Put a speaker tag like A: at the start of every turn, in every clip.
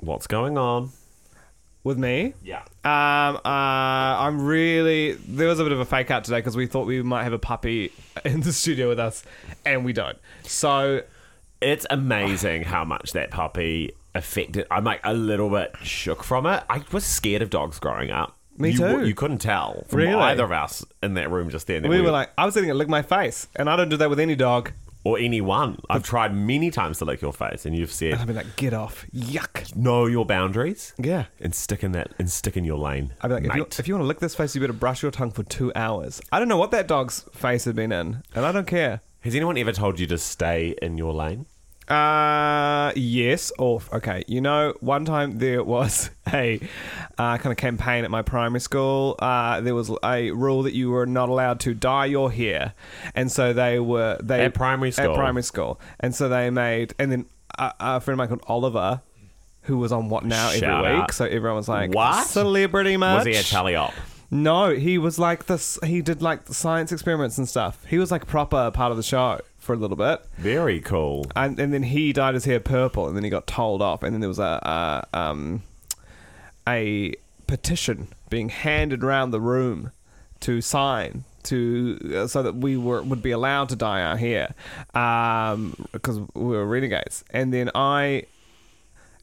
A: What's going on?
B: With me?
A: Yeah.
B: Um, uh, I'm really. There was a bit of a fake out today because we thought we might have a puppy in the studio with us, and we don't. So
A: It's amazing how much that puppy affected. I'm like a little bit shook from it. I was scared of dogs growing up.
B: Me
A: you,
B: too.
A: You couldn't tell from
B: Really?
A: either of us in that room just then. that
B: we were like, I was letting it lick my face, and I don't do that with any dog.
A: or anyone. I've tried many times to lick your face, and you've
B: I'd
A: said
B: be like, get off, yuck.
A: know your boundaries.
B: Yeah.
A: and stick in that and stick in your lane.
B: I'd be like, if you,
A: mate.
B: if you want to lick this face, you better brush your tongue for two hours. I don't know what that dog's face had been in, and I don't care.
A: has anyone ever told you to stay in your lane?
B: Uh, yes. Or okay, you know, one time there was a uh, kind of campaign at my primary school. Uh, there was a rule that you were not allowed to dye your hair, and so they were they
A: At primary school?
B: at primary school, and so they made and then a, a friend of mine called Oliver. Who was on what now
A: Shout
B: every week?
A: out.
B: So everyone was like,
A: What?
B: celebrity
A: Was
B: much?"
A: he a tally op?
B: No, he was like this. He did like the science experiments and stuff. He was like proper part of the show for a little bit
A: Very cool.
B: and, and then he dyed his hair purple, and then he got told off, and then there was a, a um a petition being handed round the room to sign to uh, so that we were would be allowed to dye our hair because we were renegades, and then I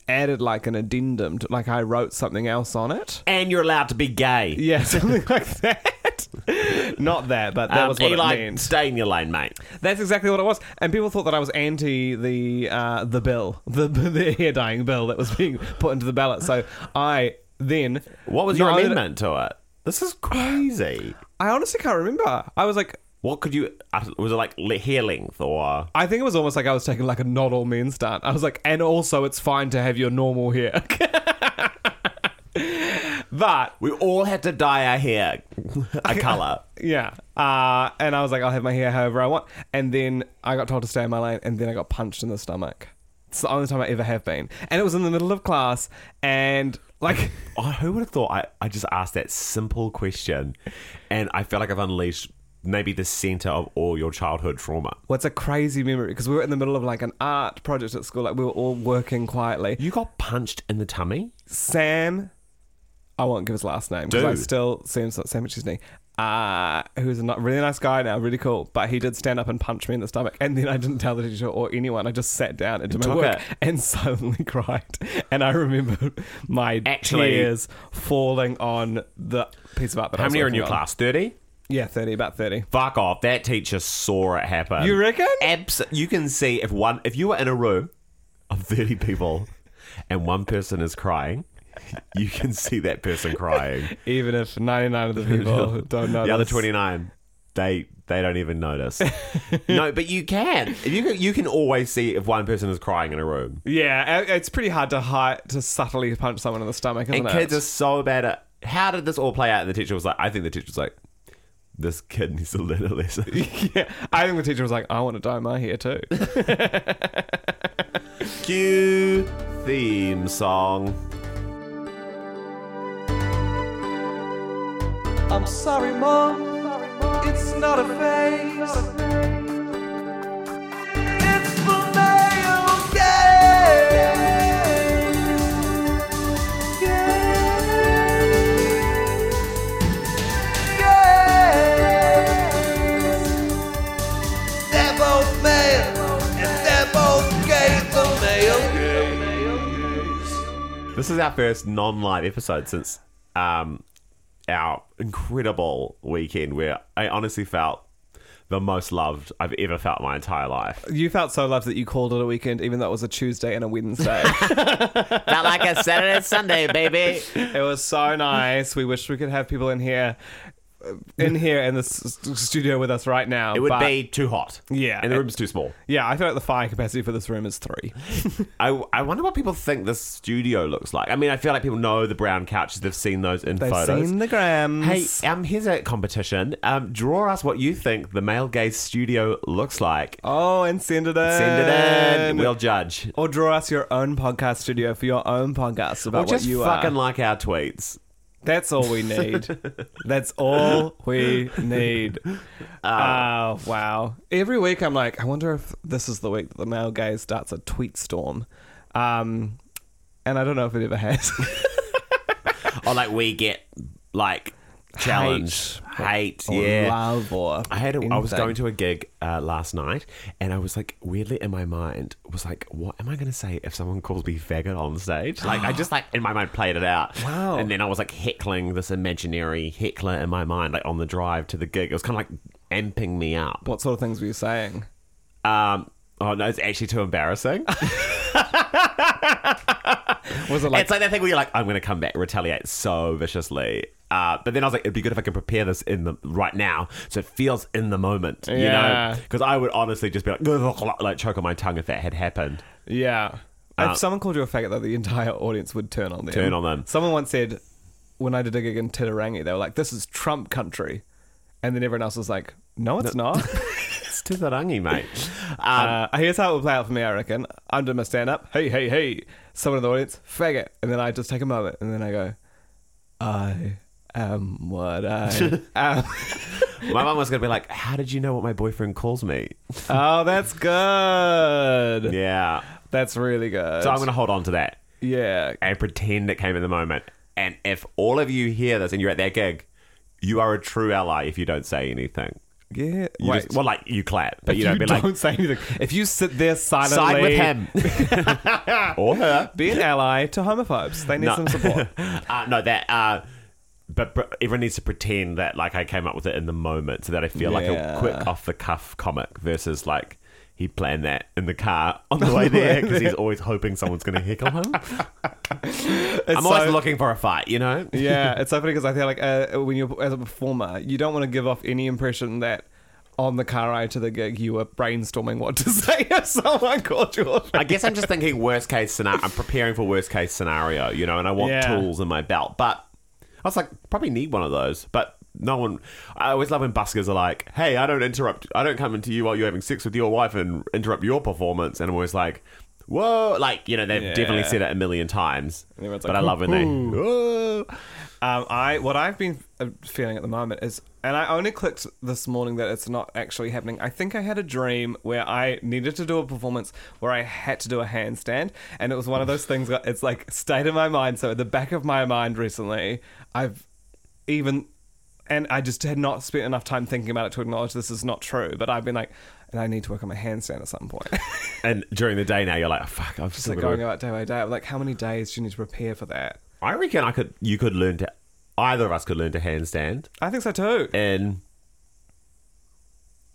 B: added like an addendum, to, like I wrote something else on it.
A: And you're allowed to be gay.
B: Yeah, something like that. Not that, but that
A: Um,
B: was what
A: Eli,
B: it meant.
A: stay in your lane, mate.
B: That's exactly what it was, and people thought that I was anti the uh, the bill, the the hair dyeing bill that was being put into the ballot. So I then
A: What was
B: No,
A: your
B: I didn't-
A: amendment to it? This is crazy.
B: I honestly can't remember. I was like,
A: What could you? uh, Was it like le- hair length or?
B: I think it was almost like I was taking like a not all men stance. I was like, and also it's fine to have your normal hair. but
A: We all had to dye our hair a color.
B: yeah, uh, and I was like, I'll have my hair however I want, and then I got told to stay in my lane, and then I got punched in the stomach. It's the only time I ever have been, and it was in the middle of class, and like.
A: Oh, who would have thought I, I just asked that simple question and I feel like I've unleashed maybe the center of all your childhood trauma?
B: What's a crazy memory? Because we were in the middle of like an art project at school, like we were all working quietly.
A: You got punched in the tummy?
B: Sam, I won't give his last name because I
A: Dude.
B: still Sam Sam Chesney, uh, who's a not, really nice guy now, really cool, but he did stand up and punch me in the stomach, and then I didn't tell the teacher or anyone. I just sat down and did my
A: took
B: work
A: it.
B: and silently cried, and I remember my
A: Actually-
B: tears falling on the piece of art that I
A: How
B: was
A: many are in
B: working
A: your
B: on.
A: class? 30?
B: Yeah, thirty, about thirty.
A: Fuck off. That teacher saw it happen.
B: You reckon?
A: Abs- you can see if one if you were in a room of 30 people and one person is crying, you can see that person crying.
B: Even if ninety-nine of the people don't know
A: the other
B: this.
A: 29 they they don't even notice no but you can you can you can always see if one person is crying in a room
B: Yeah, it- it's pretty hard to hide, to subtly punch someone in the stomach, isn't
A: and
B: it?
A: kids are so bad at how did this all play out and the teacher was like i think the teacher was like this kid needs a little lesson
B: yeah, I think the teacher was like, "I want to dye my hair too."
A: cue theme song
C: I'm sorry, Mom. It's not a phase. It's the male gaze. Gaze. Gaze. They're both male and they're both gay. The male gaze.
A: this is our first non-live episode since um our incredible weekend where i honestly felt the most loved I've ever felt in my entire life.
B: You felt so loved that you called it a weekend, even though it was a Tuesday and a Wednesday.
D: Not like a Saturday Sunday, baby.
B: it was so nice. We wish we could have people in here, uh, in here in this studio with us right now.
A: It would
B: but-
A: be too hot.
B: Yeah.
A: And the room's too small.
B: Yeah, I feel like the fire capacity for this room is three.
A: I, I wonder what people think this studio looks like. I mean, I feel like people know the brown couches. They've seen those in
B: They've
A: photos.
B: seen the grams.
A: Hey, um, here's a competition. Um, draw us what you think the male gaze studio looks like.
B: Oh, and send it in.
A: Send it in. We'll judge.
B: or draw us your own podcast studio for your own podcast about
A: Or just
B: what you uh,
A: fucking
B: are.
A: like our tweets.
B: That's all we need. That's all we need. Oh, wow. Every week I'm like, I wonder if this is the week that the male gaze starts a tweet storm. Um, and I don't know if it ever has.
A: Or like we get like challenge, hate,
B: or
A: yeah.
B: love or
A: I had. A, I was
B: anything.
A: going to a gig uh, last night, and I was like, weirdly in my mind, was like, what am I going to say if someone calls me faggot on stage? Like, I just like in my mind played it out.
B: Wow.
A: And then I was like heckling this imaginary heckler in my mind, like on the drive to the gig. It was kind of like amping me up.
B: What sort of things were you saying?
A: Um. Oh no, it's actually too embarrassing.
B: Was it like
A: it's like that thing where you're like, I'm going to come back, retaliate so viciously. Uh, but then I was like, it'd be good if I can prepare this in the right now, so it feels in the moment, you
B: Yeah.
A: know? Because I would honestly just be like, like choke on my tongue if that had happened.
B: Yeah.
A: Uh,
B: if someone called you a faggot, though, the entire audience would turn on them.
A: Turn on them.
B: Someone once said, when I did a gig in Titirangi, they were like, this is Trump country. And then everyone else was like, no, it's not.
A: It's too tarangi, mate. Um,
B: uh, here's how it will play out for me, I reckon. I'm doing my stand up. Hey, hey, hey. Someone in the audience, faggot. And then I just take a moment and then I go, I am what I am.
A: my mum was going to be like, how did you know what my boyfriend calls me?
B: oh, that's good.
A: Yeah.
B: That's really good.
A: So I'm going to hold on to that
B: yeah.
A: and pretend it came in the moment. And if all of you hear this and you're at that gig, you are a true ally if you don't say anything.
B: Yeah.
A: You
B: Wait.
A: just- well, like you clap, but, you don't be like,
B: say anything. If you sit there silently,
A: side with him or her.
B: be an ally to homophobes. They need some support.
A: uh, no, that. Uh, but, but everyone needs to pretend that like I came up with it in the moment, so that I feel like a
B: Yeah.
A: quick off the cuff comic versus like he planned that in the car on the way there because he's always hoping someone's going to heckle him. I'm always looking for a fight, you know.
B: yeah, it's so funny because I feel like uh, when you're as a performer, you don't want to give off any impression that on the car ride to the gig you were brainstorming what to say if someone called you.
A: I guess I'm just thinking worst case scenario. I'm preparing for worst case scenario, you know, and I want
B: Yeah.
A: tools in my belt. But I was like, probably need one of those. But no one. I always love when buskers are like, "Hey, I don't interrupt. I don't come into you while you're having sex with your wife and interrupt your performance." And I'm always like, "Whoa!" Like you know, they've
B: Yeah.
A: definitely said it a million times.
B: everyone's
A: but
B: like,
A: I love when they.
B: Ooh. Um, I what I've been uh, feeling at the moment is, and I only clicked this morning that it's not actually happening. I think I had a dream where I needed to do a performance where I had to do a handstand, and it was one of those things. that It's like stayed in my mind. So at the back of my mind recently, I've even, and I just had not spent enough time thinking about it to acknowledge this is not true. But I've been like, and I need to work on my handstand at some point.
A: And during the day now, you're like, oh, "Fuck, I'm just
B: so
A: like
B: going about day by day, I'm like, how many days do you need to prepare for that?
A: I reckon I could. You could learn to. Either of us could learn to handstand.
B: I think so too.
A: in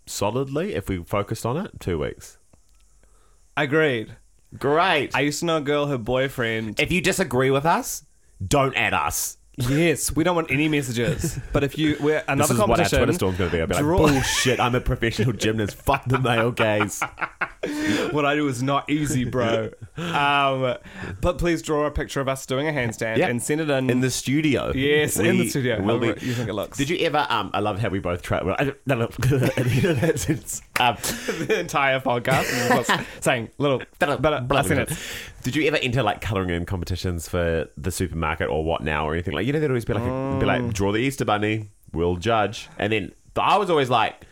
A: solidly, if we focused on it, two weeks.
B: Agreed.
A: Great.
B: I used to know a girl, her boyfriend.
A: if you disagree with us, don't add us.
B: yes, we don't want any messages. But if you, we're another
A: This is what our
B: competition.
A: Twitter storm's going to be. I'll be like,
B: Draw-
A: bullshit, I'm a professional gymnast. Fuck the male gaze.
B: what I do is not easy, bro. um, but please draw a picture of us doing a handstand
A: Yep.
B: and send it in.
A: In the studio.
B: Yes, in the studio.
A: will
B: However you think it looks.
A: Did you ever... Um, I love how we both try... Well, I don't- no, no, at the end of that sentence. Um,
B: the entire podcast is what's saying little,
A: Blah,
B: but
A: blah, blah,
B: a
A: blah.
B: sentence.
A: Did you ever enter like colouring in competitions for the supermarket or what now or anything like? You know, they'd always be like, a, be
B: Mm.
A: like, draw the Easter bunny, we'll judge, and then but I was always like,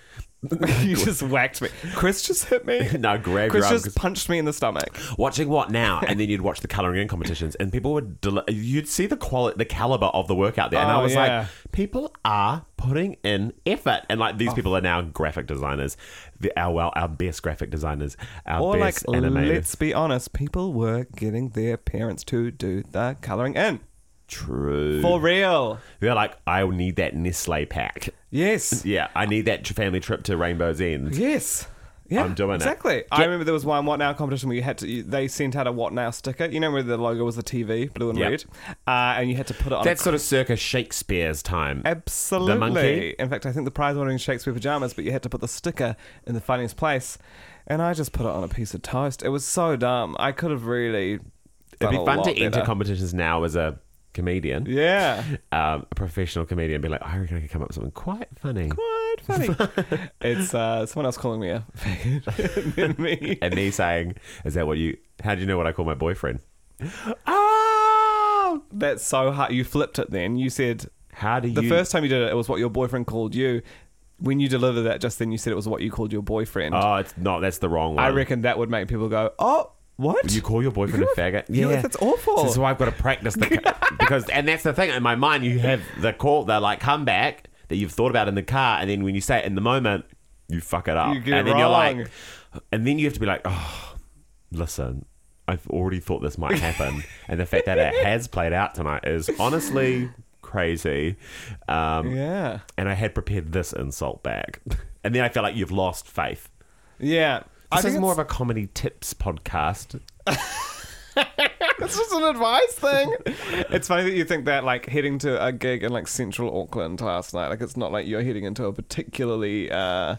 B: You just whacked me. Chris just hit me.
A: no, grab your
B: Chris
A: arm, 'cause-
B: just punched me in the stomach.
A: watching what now, and then you'd watch the colouring in competitions, and people would deli- you'd see the quality, the caliber of the work out there, and
B: Oh,
A: I was
B: yeah.
A: like, people are putting in effort, and like
B: Oh.
A: these people are now graphic designers, the, our well, our best graphic designers, our
B: Or like,
A: best animators.
B: let's be honest, people were getting their parents to do the colouring in.
A: True.
B: For real.
A: They're like, I will need that Nestle pack.
B: Yes.
A: Yeah, I need that family trip to Rainbow's End.
B: Yes. Yeah,
A: I'm doing it.
B: exactly. I remember there was one What Now competition where you had to, you, they sent out a What Now sticker, you know, where the logo was the TV, blue and
A: Yep.
B: red, uh, and you had to put it on. a
A: That's sort of circa Shakespeare's time.
B: Absolutely.
A: The monkey?
B: In fact, I think the prize winner in Shakespeare pajamas, but you had to put the sticker in the funniest place, and I just put it on a piece of toast. It was so dumb. I could have really.
A: It'd
B: done
A: be
B: a
A: fun
B: lot
A: to enter
B: better.
A: competitions now as a comedian,
B: Yeah.
A: um, a professional comedian, be like, I reckon I could come up with something quite funny.
B: What funny? it's uh, someone else calling me a faggot than me.
A: And me saying, Is that what you, how do you know what I call my boyfriend? Oh!
B: That's so hard. You flipped it. Then you said
A: How do
B: the
A: you,
B: first time you did it, it was what your boyfriend called you. When you delivered that, just then you said it was what you called your boyfriend.
A: oh, it's not, that's the wrong one.
B: I reckon that would make people go, "Oh, what?"
A: You call your boyfriend a faggot?
B: Yeah, that's awful.
A: This is why I've got to practice the because, and that's the thing. In my mind, you have the call, the like comeback that you've thought about in the car, and then when you say it in the moment, you fuck it up,
B: You get it
A: and then you're
B: wrong.
A: like, and then you have to be like, oh, listen, I've already thought this might happen, and the fact that it has played out tonight is honestly crazy. Um,
B: yeah.
A: And I had prepared this insult back, and then I feel like you've lost faith.
B: Yeah.
A: This is
B: it's-
A: more of a comedy tips podcast.
B: It's just an advice thing. it's funny that you think that, like heading to a gig in like central Auckland last night. Like it's not like you're heading into a particularly. Uh,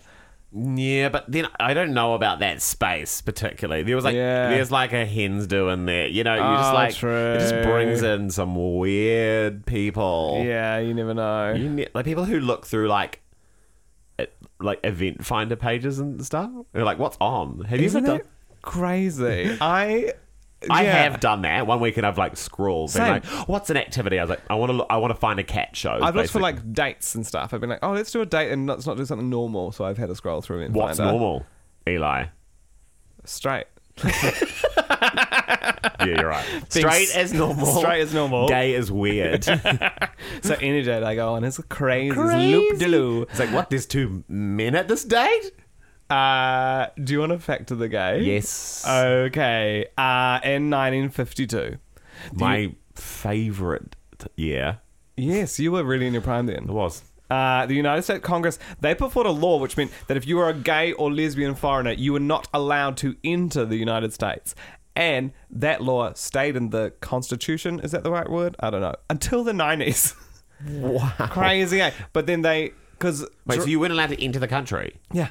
A: Yeah, but then I don't know about that space particularly. There was like
B: Yeah.
A: there's like a hens doing there. You know, you just
B: Oh,
A: like it just
B: true.
A: brings in some weird people.
B: yeah, Oh. you never know.
A: You ne- like people who look through like e- like event finder pages and stuff. They're like, what's on? Have
B: Isn't
A: you ever
B: it
A: done
B: crazy? I.
A: I
B: yeah.
A: have done that. One weekend I've like scrawled been
B: Same.
A: like, what's an activity? I was like, I wanna look, I wanna find a cat show.
B: I've looked for
A: basically.
B: like dates and stuff. I've been like, oh, let's do a date and let's not do something normal. So I've had to scroll through and
A: what's
B: find a-
A: normal, Eli.
B: straight.
A: Yeah, you're right.
B: Being
A: Straight
B: s-
A: as normal.
B: Straight as normal.
A: Gay is weird.
B: So any date I go on is crazy. crazy. Loop de loo.
A: It's like, what? There's two men at this date?
B: Uh, do you want to factor the gay?
A: Yes.
B: Okay. Uh, in 1952.
A: My favorite. Yeah,
B: Yes, you were really in your prime then.
A: it was.
B: Uh, the United States Congress they put forward a law which meant that if you were a gay or lesbian foreigner, you were not allowed to enter the United States. And that law stayed in the Constitution. Is that the right word? I don't know. Until the nineties. Wow. Crazy. Eh? But then they because
A: Wait, so you weren't allowed to enter the country?
B: yeah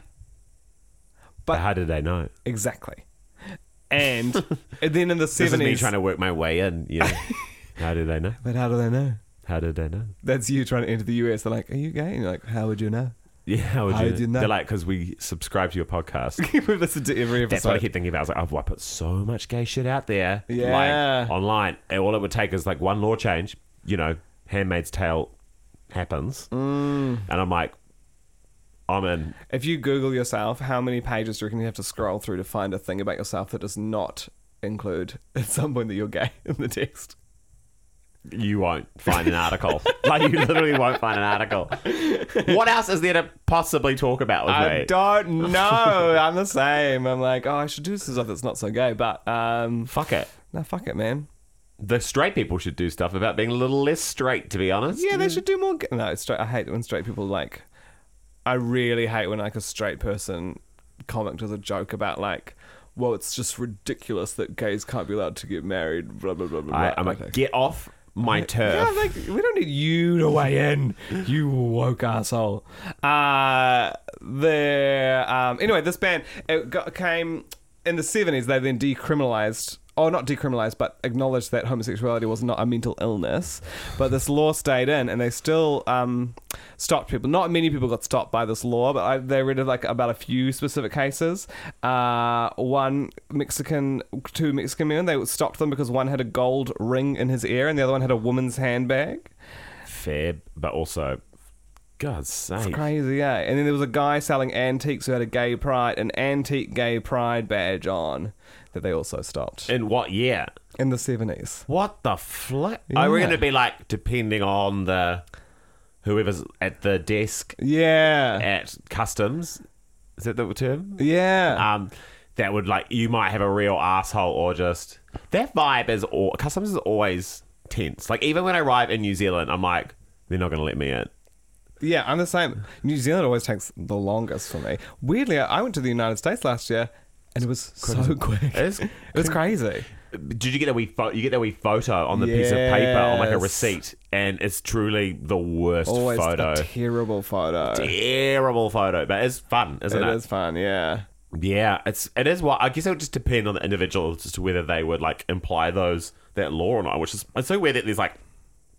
B: But-
A: how did they know?
B: exactly. And then in the
A: This is me
B: seventies.
A: trying to work my way in. You know? how did they know?
B: But how do they know?
A: How did they know?
B: That's you trying to enter the US. They're like, "Are you gay?" And you're like, "How would you know?"
A: Yeah, how would
B: How
A: you
B: did you know?
A: They're like, because we subscribe to your podcast.
B: We've listened to every episode.
A: That's what I keep thinking about. I was like, I've put so much gay shit out there.
B: Yeah.
A: Like, online. And all it would take is like one law change, you know, Handmaid's Tale happens.
B: Mm.
A: And I'm like, I'm in.
B: If you Google yourself, how many pages do you reckon you have to scroll through to find a thing about yourself that does not include at some point that you're gay in the text?
A: You won't find an article. like, you literally won't find an article. What else is there to possibly talk about with
B: I
A: me?
B: don't know. I'm the same. I'm like, oh, I should do some stuff that's not so gay, but um,
A: Fuck it.
B: no, fuck it, man.
A: The straight people should do stuff about being a little less straight, to be honest.
B: Yeah, they should do more. Ga- no, it's straight. I hate when straight people like. I really hate when like a straight person comic does a joke about like, well, it's just ridiculous that gays can't be allowed to get married. Blah blah blah blah.
A: I,
B: blah.
A: I'm
B: Okay.
A: like, get off my turf.
B: Yeah, like we don't need you to weigh in, you woke asshole. Uh, the um, anyway, this ban it got, came in the seventies. They then decriminalized, or not decriminalized, but acknowledged that homosexuality was not a mental illness. But this law stayed in, and they still um, stopped people. Not many people got stopped by this law, but I, they read of like about a few specific cases. Uh, one Mexican, two Mexican men, they stopped them because one had a gold ring in his ear, and the other one had a woman's handbag.
A: Fair, but also, God's sake.
B: Crazy, yeah. And then there was a guy selling antiques who had a gay pride, an antique gay pride badge on, that they also stopped
A: In what year?
B: in the seventies.
A: What the flip? Are we
B: Yeah.
A: going to be like depending on the whoever's at the desk
B: Yeah,
A: at customs? Is that the term?
B: yeah.
A: Um, that would like you might have a real asshole or just that vibe is all customs is always tense. Like even when I arrive in New Zealand, I'm like, they're not going to let me in.
B: Yeah, I'm the same. New Zealand always takes the longest for me. Weirdly, I went to the United States last year, and it was so quick.
A: It's-
B: it was crazy.
A: Did you get that wee photo? You get that wee photo on the piece of paper on like a
B: Yes.
A: receipt, and it's truly the worst
B: Always
A: photo.
B: a terrible photo.
A: Terrible photo, but it's fun, isn't it?
B: It is fun, yeah.
A: Yeah, it's it is. What I guess it would just depend on the individual as to whether they would like imply those that law or not. Which is it's so weird that there's like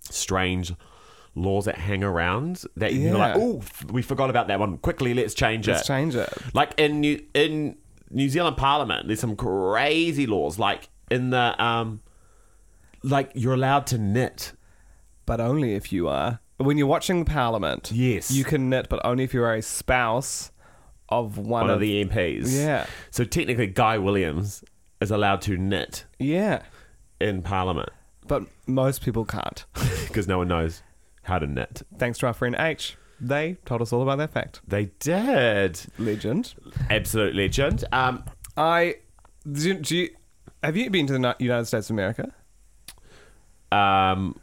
A: strange laws that hang around that you're like,
B: Yeah.
A: oh, we forgot about that one. Quickly, let's change it.
B: Let's change it.
A: Like in New in New Zealand Parliament, there's some crazy laws. Like in the um, like you're allowed to knit.
B: But only if you are. When you're watching Parliament,
A: Yes.
B: you can knit, but only if you're a spouse of one,
A: One of the MPs.
B: Yeah.
A: So technically, Guy Williams is allowed to knit
B: Yeah,
A: in Parliament
B: but most people can't.
A: because no one knows how to knit.
B: Thanks to our friend H, they told us all about that fact.
A: They did.
B: Legend.
A: Absolute legend. Um,
B: I do, do you, have you been to the Ni- United States of America?
A: um,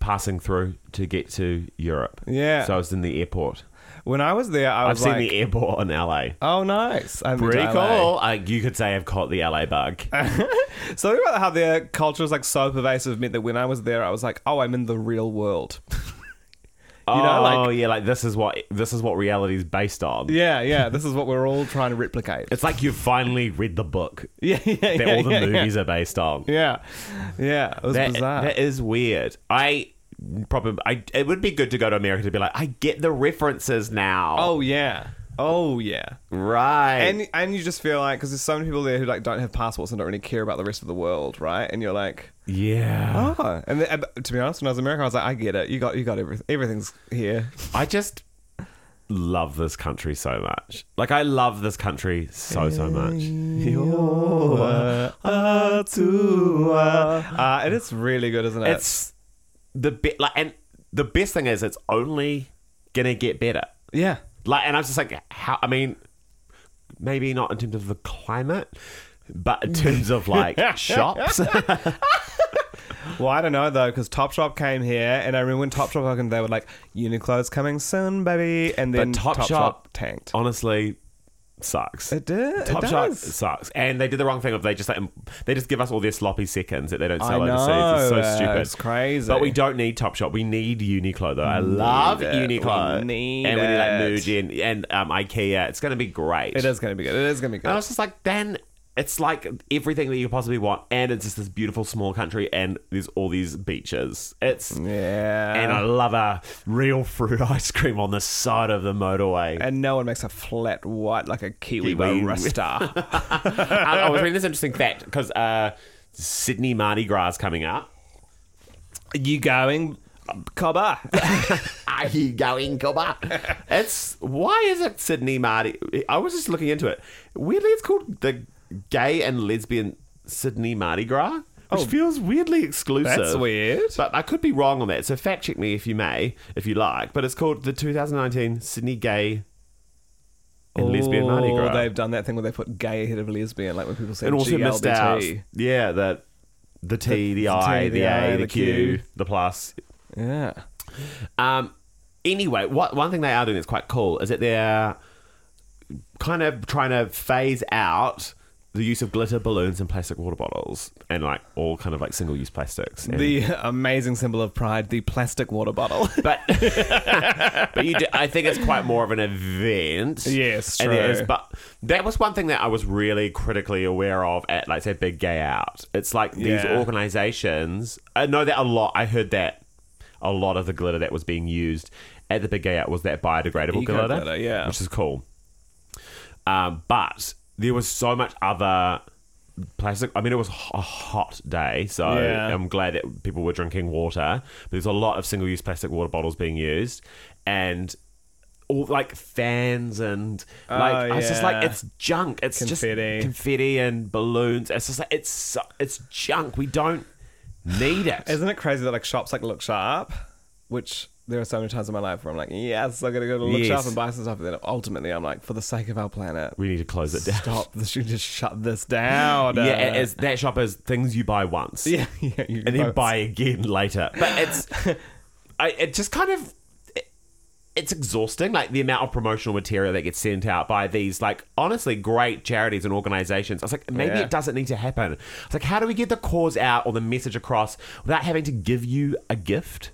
A: passing through to get to Europe.
B: Yeah.
A: So I was in the airport.
B: When I was there, I
A: I've
B: was
A: seen
B: like,
A: the airport in LA.
B: "Oh, nice! I'm
A: Pretty cool. Uh, you could say I've caught the LA bug.
B: Something about how their culture is like so pervasive meant that when I was there, I was like, "Oh, I'm in the real world."
A: oh,
B: know, like-
A: yeah, like this is what this is what reality is based on.
B: yeah, yeah. This is what we're all trying to replicate.
A: It's like you've finally read the book
B: yeah, yeah, yeah.
A: that all the
B: yeah,
A: movies are based on.
B: Yeah, yeah. It was
A: That-
B: bizarre.
A: that is weird. I probably I, it would be good to go to America to be like I get the references now.
B: oh yeah. Oh yeah.
A: right.
B: And and you just feel like because there's so many people there who like don't have passports and don't really care about the rest of the world, right? And you're like,
A: yeah.
B: oh. And the, uh, to be honest, when I was in America, I was like, I get it. You got you got everything. Everything's here.
A: I just love this country so much. Like I love this country so so much.
B: Uh, it is really good, isn't it?
A: It's the bit like and the best thing is it's only gonna get better.
B: yeah.
A: Like and I was just like how I mean maybe not in terms of the climate but in terms of like shops.
B: Well, I don't know though, because Topshop came here, and I remember when Topshop opened, they were like, "Uniqlo's coming soon, baby," and
A: but Oh,
B: then
A: Top
B: Topshop
A: Shop
B: tanked.
A: honestly sucks.
B: It did. It
A: Top Shop
B: does.
A: sucks, and they did the wrong thing of they just like, they just give us all their sloppy seconds that they don't sell
B: I
A: overseas. it's so
B: know, uh,
A: stupid.
B: it's crazy.
A: But we don't need Top Shop. We need Uniqlo though. I love
B: it.
A: Uniqlo.
B: We need
A: and we need like
B: it.
A: Muji and, and um, IKEA. It's going to be great.
B: It is going to be good. It is going to be
A: And I
B: good.
A: was just like, then it's like everything that you could possibly want, and it's just this beautiful small country, and there's all these beaches. It's
B: Yeah.
A: and I love a real fruit ice cream on the side of the motorway.
B: And no one makes a flat white like a kiwi,
A: Kiwi.
B: barista.
A: I, I was reading this interesting fact because uh, Sydney Mardi Gras is coming up.
B: you going, Cobber?
A: Are you going, Cobber? it's why is it Sydney Mardi? I was just looking into it. Weirdly, it's called the Gay and Lesbian Sydney Mardi Gras, which feels weirdly exclusive.
B: Oh. That's weird.
A: But I could be wrong on that. So fact check me if you may, if you like. But it's called the 2019 Sydney Gay and Lesbian Mardi
B: Or
A: Gras.
B: They've done that thing where Oh, they put gay ahead of lesbian, like when people say
A: and also missed out.
B: GLBT.
A: Yeah, the the T, the,
B: the
A: I,
B: T,
A: the,
B: the
A: A,
B: I,
A: the,
B: the
A: Q,
B: Q.
A: the plus.
B: Yeah.
A: Um, anyway, what one thing they are doing that's quite cool is that they're kind of trying to phase out the use of glitter balloons and plastic water bottles and like all kind of like single use plastics. and-
B: The amazing symbol of pride, the plastic water bottle.
A: but but you do, I think it's quite more of an event.
B: Yes,
A: And it
B: true.
A: is, but that was one thing that I was really critically aware of at like say Big Gay Out. It's like these
B: Yeah.
A: organizations. I know that a lot. I heard that a lot of the glitter that was being used at the Big Gay Out was that biodegradable glitter,
B: Eco glitter, yeah.
A: which is cool. Um, but there was so much other plastic. I mean, it was h- a hot day, so
B: Yeah.
A: I'm glad that people were drinking water. But there's a lot of single-use plastic water bottles being used, and all like fans and like I was just like
B: Oh, yeah.
A: it's junk. It's
B: Confetti.
A: just confetti and balloons. It's just like it's so, it's junk. We don't need it.
B: Isn't it crazy that like shops like look sharp, which there are so many times in my life where I'm like, yes, I'm gonna go to look
A: Yes.
B: shop and buy some stuff, and then ultimately I'm like, for the sake of our planet,
A: We need to close it down.
B: stop. This, you just shut this down.
A: Yeah, it is, that shop is things you buy once.
B: yeah, yeah. You
A: and then
B: both-
A: buy again later. But it's, I, it just kind of, it- it's exhausting. Like the amount of promotional material that gets sent out by these, like honestly, great charities and organizations. I was like, maybe
B: Yeah.
A: it doesn't need to happen. I was like, how do we get the cause out or the message across without having to give you a gift?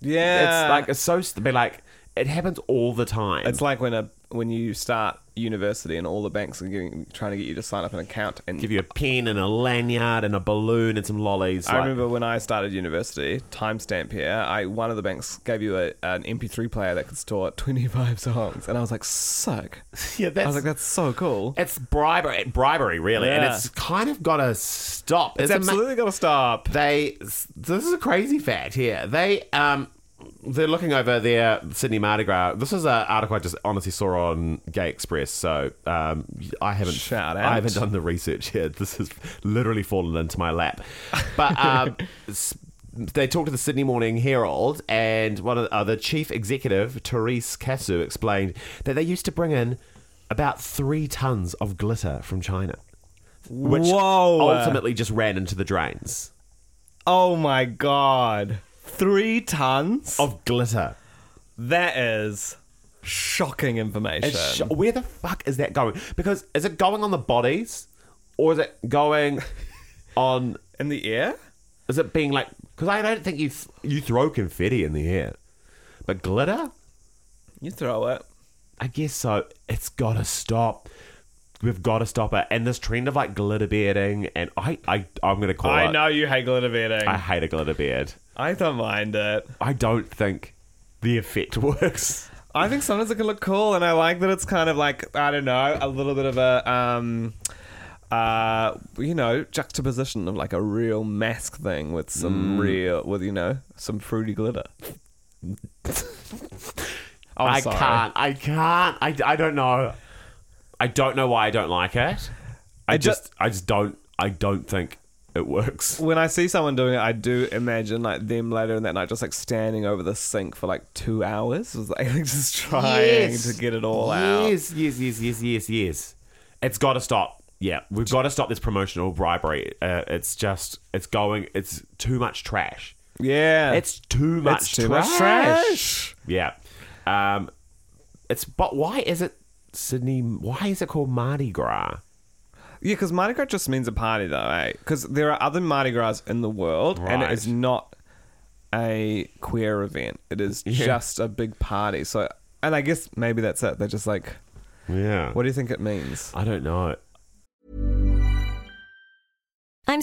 B: Yeah,
A: It's like it's so st- be like it happens all the time.
B: It's like when a when you start university and all the banks are giving, trying to get you to sign up an account. And
A: give you a pen and a lanyard and a balloon and some lollies.
B: I
A: like-
B: remember when I started university, timestamp here. I one of the banks gave you a, an MP3 player that could store 25 songs, and I was like, sick.
A: yeah,
B: I
A: that's
B: was like, that's so cool.
A: it's bribery, bribery really, and
B: Yeah.
A: it's kind of got to stop.
B: It's
A: ama-
B: absolutely got to stop.
A: they this is a crazy fact here they um they're looking over their Sydney Mardi Gras. This is an article I just honestly saw on Gay Express, so um, I haven't
B: Shout
A: I
B: out.
A: haven't done the research yet. This has literally fallen into my lap. But um, s- they talked to the Sydney Morning Herald, and one of the, uh, the chief executive, Therese Casu, explained that they used to bring in about three tons of glitter from China, which
B: Whoa.
A: ultimately just ran into the drains.
B: Oh my god, three tons.
A: of glitter.
B: that is shocking information.
A: It's sh- where the fuck is that going? Because is it going on the bodies, or is it going on?
B: In the air?
A: Is it being like? Because I don't think you th- you throw confetti in the air, but glitter.
B: You throw it.
A: I guess so. It's gotta stop. We've got to stop it. And this trend of like glitter bearding, and I, I, I'm gonna call
B: I
A: it.
B: know you hate glitter beading.
A: I hate a glitter beard.
B: I don't mind it.
A: I don't think the effect works.
B: I think sometimes it can look cool, and I like that it's kind of like I don't know, a little bit of a um, uh, you know, juxtaposition of like a real mask thing with
A: Mm.
B: some real with you know some fruity glitter. I'm
A: I
B: sorry.
A: can't. I can't. I, I don't know. I don't know why I don't like it. I
B: ju-
A: just I just don't I don't think it works.
B: When I see someone doing it, I do imagine like them later in that night, just like standing over the sink for like two hours, was like just trying to get it all out.
A: Yes, yes, yes, yes, yes, yes. It's got to stop. Yeah, we've got to stop this promotional bribery. Uh, it's just it's going. It's too much trash.
B: Yeah,
A: It's too much
B: It's too
A: trash.
B: much trash.
A: Yeah. Um, it's but why is it Sydney? Why is it called Mardi Gras?
B: Yeah, because Mardi Gras just means a party, though, eh? Because there are other Mardi Gras in the world, and it
A: Right.
B: is not a queer event. It is just a big party. So, and I guess maybe that's it. They're just like,
A: Yeah.
B: what do you think it means?
A: I don't know.
E: I'm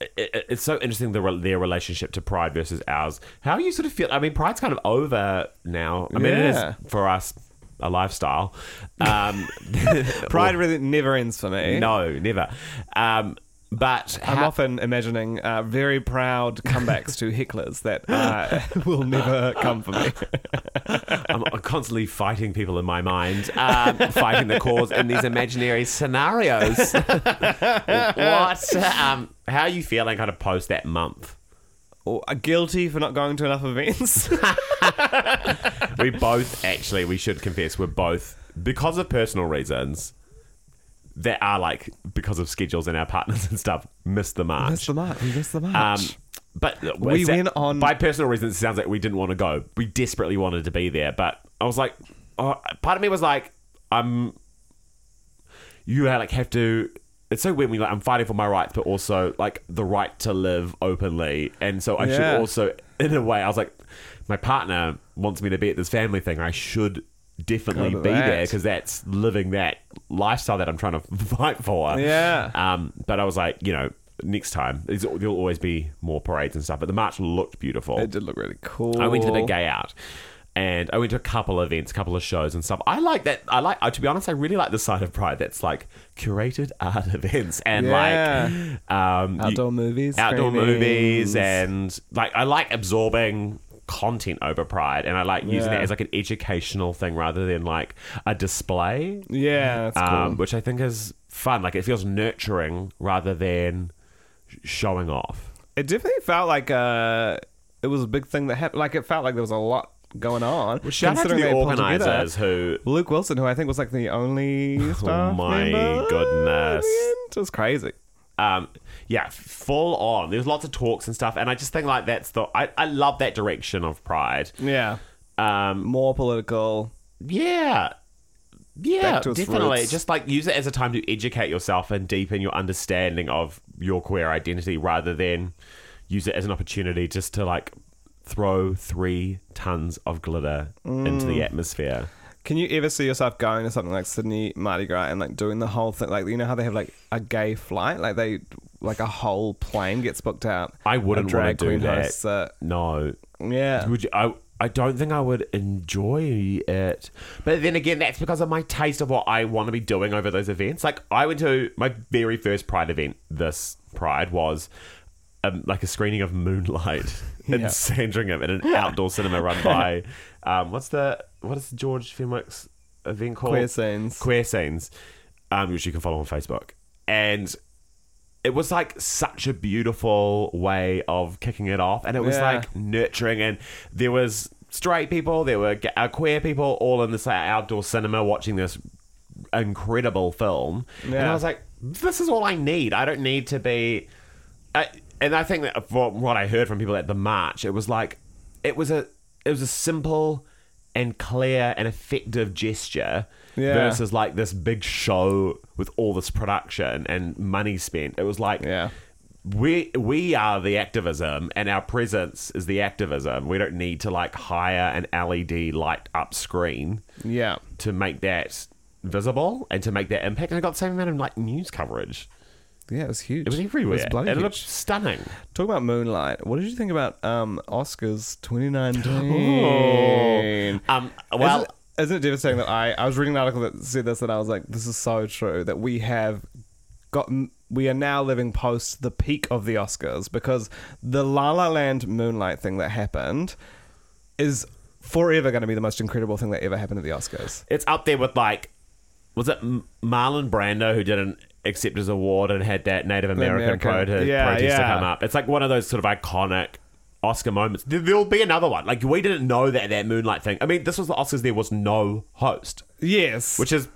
A: it, it- it's so interesting the, re- their relationship to pride versus ours. How you sort of feel? I mean, pride's kind of over now. I mean,
B: Yeah.
A: it is for us a lifestyle. Um,
B: Pride really never ends for me.
A: no, never. Um, but
B: eh? I'm
A: how-
B: often imagining uh, very proud comebacks to hecklers that uh, will never come for me.
A: I'm constantly fighting people in my mind, um, fighting the cause in these imaginary scenarios. what? Um, how are you feeling kind of post that month?
B: or uh, guilty for not going to enough events.
A: we both actually we should confess we're both because of personal reasons that are like because of schedules and our partners and stuff missed the mark.
B: Miss the march. We missed the
A: Um,
B: march.
A: but
B: We
A: it's that-
B: went on-
A: by personal reasons. It sounds like we didn't want to go. We desperately wanted to be there, but I was like, oh, part of me was like, I'm. You uh, like have to. It's so weird. when you like I'm fighting for my rights, but also like the right to live openly, and so I
B: Yeah.
A: should also, in a way, I was like, my partner wants me to be at this family thing. I should definitely
B: Go to
A: be there 'cause there
B: that.
A: because that's living that lifestyle that I'm trying to fight for.
B: Yeah.
A: Um, but I was like, you know, next time. There's- There'll always be more parades and stuff, but the march looked beautiful.
B: It did look really cool.
A: I went to the big gay out. And I went to a couple events, a couple of shows and stuff. I like that. I like, uh, to be honest, I really like the side of Pride that's like curated art events and
B: Yeah.
A: like um, you-
B: Outdoor movies,
A: outdoor movies,
B: screenings.
A: and like I like absorbing content over Pride, and I like using
B: Yeah.
A: it as like an educational thing rather than like a display
B: Yeah, that's cool.
A: um, which I think is fun. Like it feels nurturing rather than sh- showing off.
B: it definitely felt like uh, it was a big thing that happened. Like it felt like there was a lot going on.
A: Shout out to
B: considering
A: the
B: they pulled together.
A: organisers who.
B: Luke Wilson, who I think was like the only staff
A: Oh my
B: member
A: goodness.
B: at the end. it was crazy.
A: Um, yeah, full on. There's lots of talks and stuff, and I just think like that's the I, I love that direction of Pride.
B: Yeah,
A: Um,
B: more political.
A: yeah, yeah,
B: Back to its
A: definitely.
B: roots.
A: Just like use it as a time to educate yourself and deepen your understanding of your queer identity, rather than use it as an opportunity just to like throw three tons of glitter into
B: Mm.
A: the atmosphere.
B: Can you ever see yourself going to something like Sydney Mardi Gras and like doing the whole thing? Like you know how they have like a gay flight, like they like a whole plane gets booked out.
A: I
B: A
A: wouldn't
B: drag
A: want to do
B: queen
A: that.
B: hosts it.
A: No.
B: Yeah,
A: Would you, I? I don't think I would enjoy it. But then again, that's because of my taste of what I want to be doing over those events. Like I went to my very first Pride event. This Pride was. Um, like a screening of Moonlight in
B: Yeah.
A: Sandringham at an outdoor cinema run by um, what's the what is the George Fenwick's event called?
B: Queer Scenes.
A: Queer scenes, um, which you can follow on Facebook, and it was like such a beautiful way of kicking it off, and it was
B: Yeah.
A: like nurturing, and there was straight people, there were ga- uh, queer people, all in this like, outdoor cinema watching this incredible film, and
B: Yeah.
A: I was like, this is all I need. I don't need to be. I, and I think that from what I heard from people at the march, it was like it was a it was a simple and clear and effective gesture
B: Yeah.
A: versus like this big show with all this production and money spent. It was like
B: Yeah.
A: we we are the activism and our presence is the activism. We don't need to like hire an LED light up screen
B: yeah.
A: to make that visible and to make that impact. And I got the same amount of like news coverage.
B: Yeah, it was huge.
A: It was everywhere.
B: It was bloody
A: and it
B: huge.
A: looked stunning.
B: Talk about Moonlight. What did you think about um, Oscars 2019? Oh.
A: Ooh. Um, well-
B: isn't, isn't it devastating that I I was reading an article that said this and I was like, this is so true that we have gotten we are now living post the peak of the Oscars because the La La Land Moonlight thing that happened is forever going to be the most incredible thing that ever happened at the Oscars.
A: It's up there with like, was it M- Marlon Brando who didn't accept his award and had that Native American,
B: American-
A: prote-
B: yeah,
A: protest to
B: yeah.
A: come up? It's like one of those sort of iconic. Oscar moments. There- There'll be another one. Like we didn't know that that Moonlight thing. I mean, this was the Oscars. There was no host,
B: Yes,
A: which is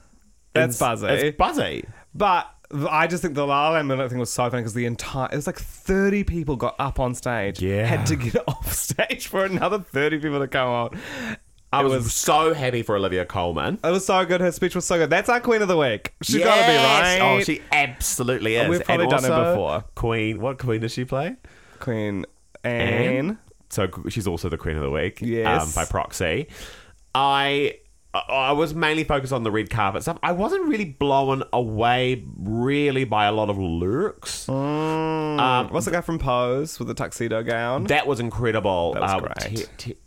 B: That's
A: it's-
B: buzzy.
A: It's buzzy.
B: But th- I just think the La La Land Moonlight thing was so funny because the entire it was like thirty people got up on stage,
A: Yeah.
B: had to get off stage for another thirty people to come on.
A: I
B: it
A: was,
B: was,
A: so happy for Olivia Coleman.
B: it was so good. Her speech was so good. That's our queen of the week. She
A: Yes!
B: gotta be right.
A: Oh, she absolutely is.
B: We've probably
A: And
B: done her
A: also,
B: before.
A: Queen. What queen does she play?
B: Queen Anne.
A: so she's also the queen of the week
B: Yes.
A: um, by proxy i I- I was mainly focused on the red carpet stuff. I wasn't really blown away, really, by a lot of looks.
B: Oh.
A: Um,
B: What's the guy from Pose with the tuxedo gown?
A: that was incredible.
B: That was
A: Um,
B: great.
A: Te- Te-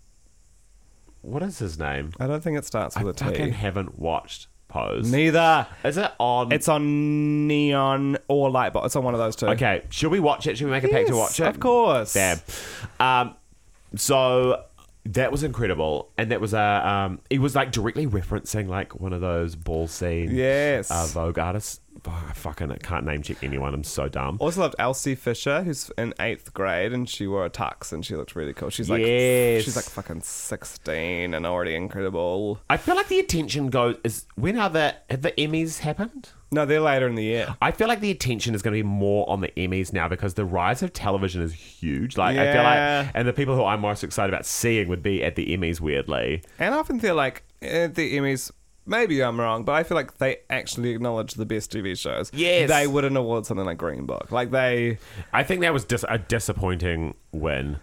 A: what is his name?
B: I don't think it starts
A: I
B: with a
A: fucking
B: T.
A: haven't watched Pose.
B: Neither.
A: is it on?
B: It's on Neon or Lightbox. It's on one of those two.
A: Okay, should we watch it? Should we make a pact to
B: Yes,
A: watch it?
B: of course.
A: Damn. Um, so that was incredible, and that was a. Um, it was like directly referencing like one of those ball scene.
B: Yes.
A: Uh, Vogue artists. Oh, I fucking I can't name check anyone. I'm so dumb.
B: Also loved Elsie Fisher, who's in eighth grade, and she wore a tux, and she looked really cool. She's like,
A: Yes.
B: she's like fucking sixteen and already incredible.
A: I feel like the attention goes is when are the have the Emmys happened?
B: No, they're later in the year.
A: I feel like the attention is going to be more on the Emmys now because the rise of television is huge. Like I feel
B: Yeah.
A: like, and the people who I'm most excited about seeing would be at the Emmys. Weirdly,
B: And I often feel like eh, the Emmys. Maybe I'm wrong, but I feel like they actually acknowledge the best TV shows.
A: Yes.
B: they wouldn't award something like Green Book. Like they,
A: I think that was dis- a disappointing win.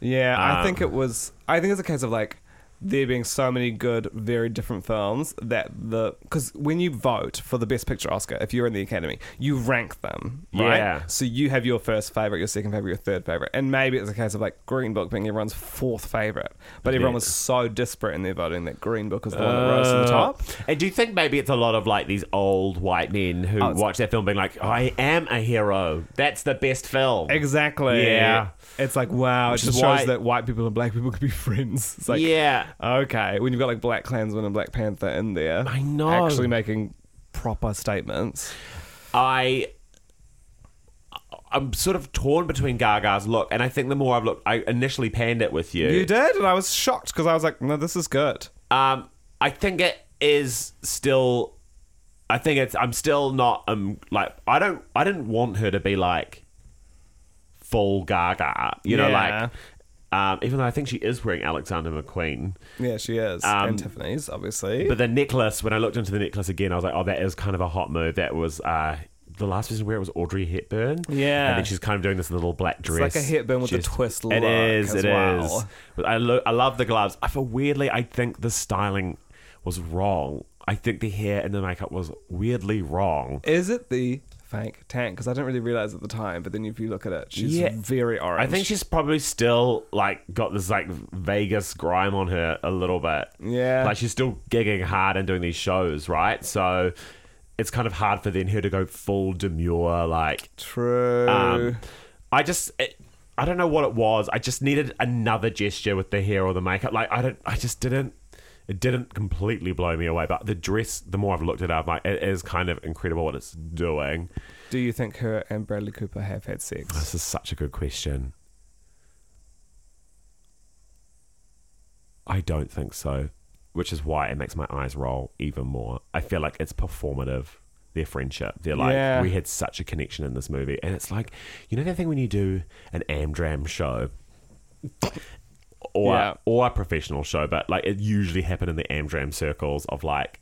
B: yeah. I
A: Um,
B: think it was. I think it's a case of like there being so many good, very different films that the because when you vote for the best picture Oscar, if you're in the Academy, you rank them, right?
A: Yeah.
B: So you have your first favorite, your second favorite, your third favorite, and maybe it's a case of like Green Book being everyone's fourth favorite, but everyone was so disparate in their voting that Green Book was the one that rose
A: Uh,
B: to the top.
A: And do you think maybe it's a lot of like these old white men who
B: Oh, it's-
A: watch that film being like, I am a hero. That's the best film.
B: Exactly.
A: Yeah.
B: It's like wow,
A: Which
B: it
A: is
B: just
A: why-
B: shows that white people and black people could be friends. It's like
A: yeah.
B: Okay, when you've got like Black Klansman and Black Panther in there,
A: I know.
B: actually making proper statements.
A: I I'm sort of torn between Gaga's look, and I think the more I've looked, I initially panned it with you.
B: You did, and I was shocked because I was like, "No, this is good."
A: Um, I think it is still. I think it's. I'm still not. Um, like I don't. I didn't want her to be like full Gaga. You know,
B: Yeah.
A: like. Um, even though I think she is wearing Alexander McQueen,
B: Yeah, she is,
A: Um,
B: and Tiffany's obviously.
A: but the necklace. When I looked into the necklace again, I was like, "Oh, that is kind of a hot move." That was uh, the last person to wear it was Audrey Hepburn.
B: Yeah.
A: and then she's kind of doing this little black dress.
B: like a Hepburn with a twist
A: It
B: look
A: is.
B: as
A: It is.
B: well.
A: But I, lo- I love the gloves. I feel weirdly, I think the styling was wrong. I think the hair and the makeup was weirdly wrong.
B: is it the fake tank? Because I didn't really realize at the time, but then if you look at it, she's
A: Yeah.
B: very orange.
A: I think she's probably still like got this like Vegas grime on her a little bit.
B: Yeah.
A: like she's still gigging hard and doing these shows, right? So it's kind of hard for then her to go full demure. Like,
B: true.
A: um, I just. It, I don't know what it was. I just needed another gesture with the hair or the makeup. Like I don't. I just didn't. It didn't completely blow me away, but the dress. The more I've looked at it, I'm like, it is kind of incredible what it's doing.
B: Do you think her and Bradley Cooper have had sex?
A: This is such a good question. I don't think so, which is why it makes my eyes roll even more. I feel like it's performative. Their friendship. They're like,
B: Yeah.
A: we had such a connection in this movie. And it's like, you know that thing when you do an Amdram show or,
B: Yeah.
A: or a professional show, but like it usually happened in the Amdram circles of like,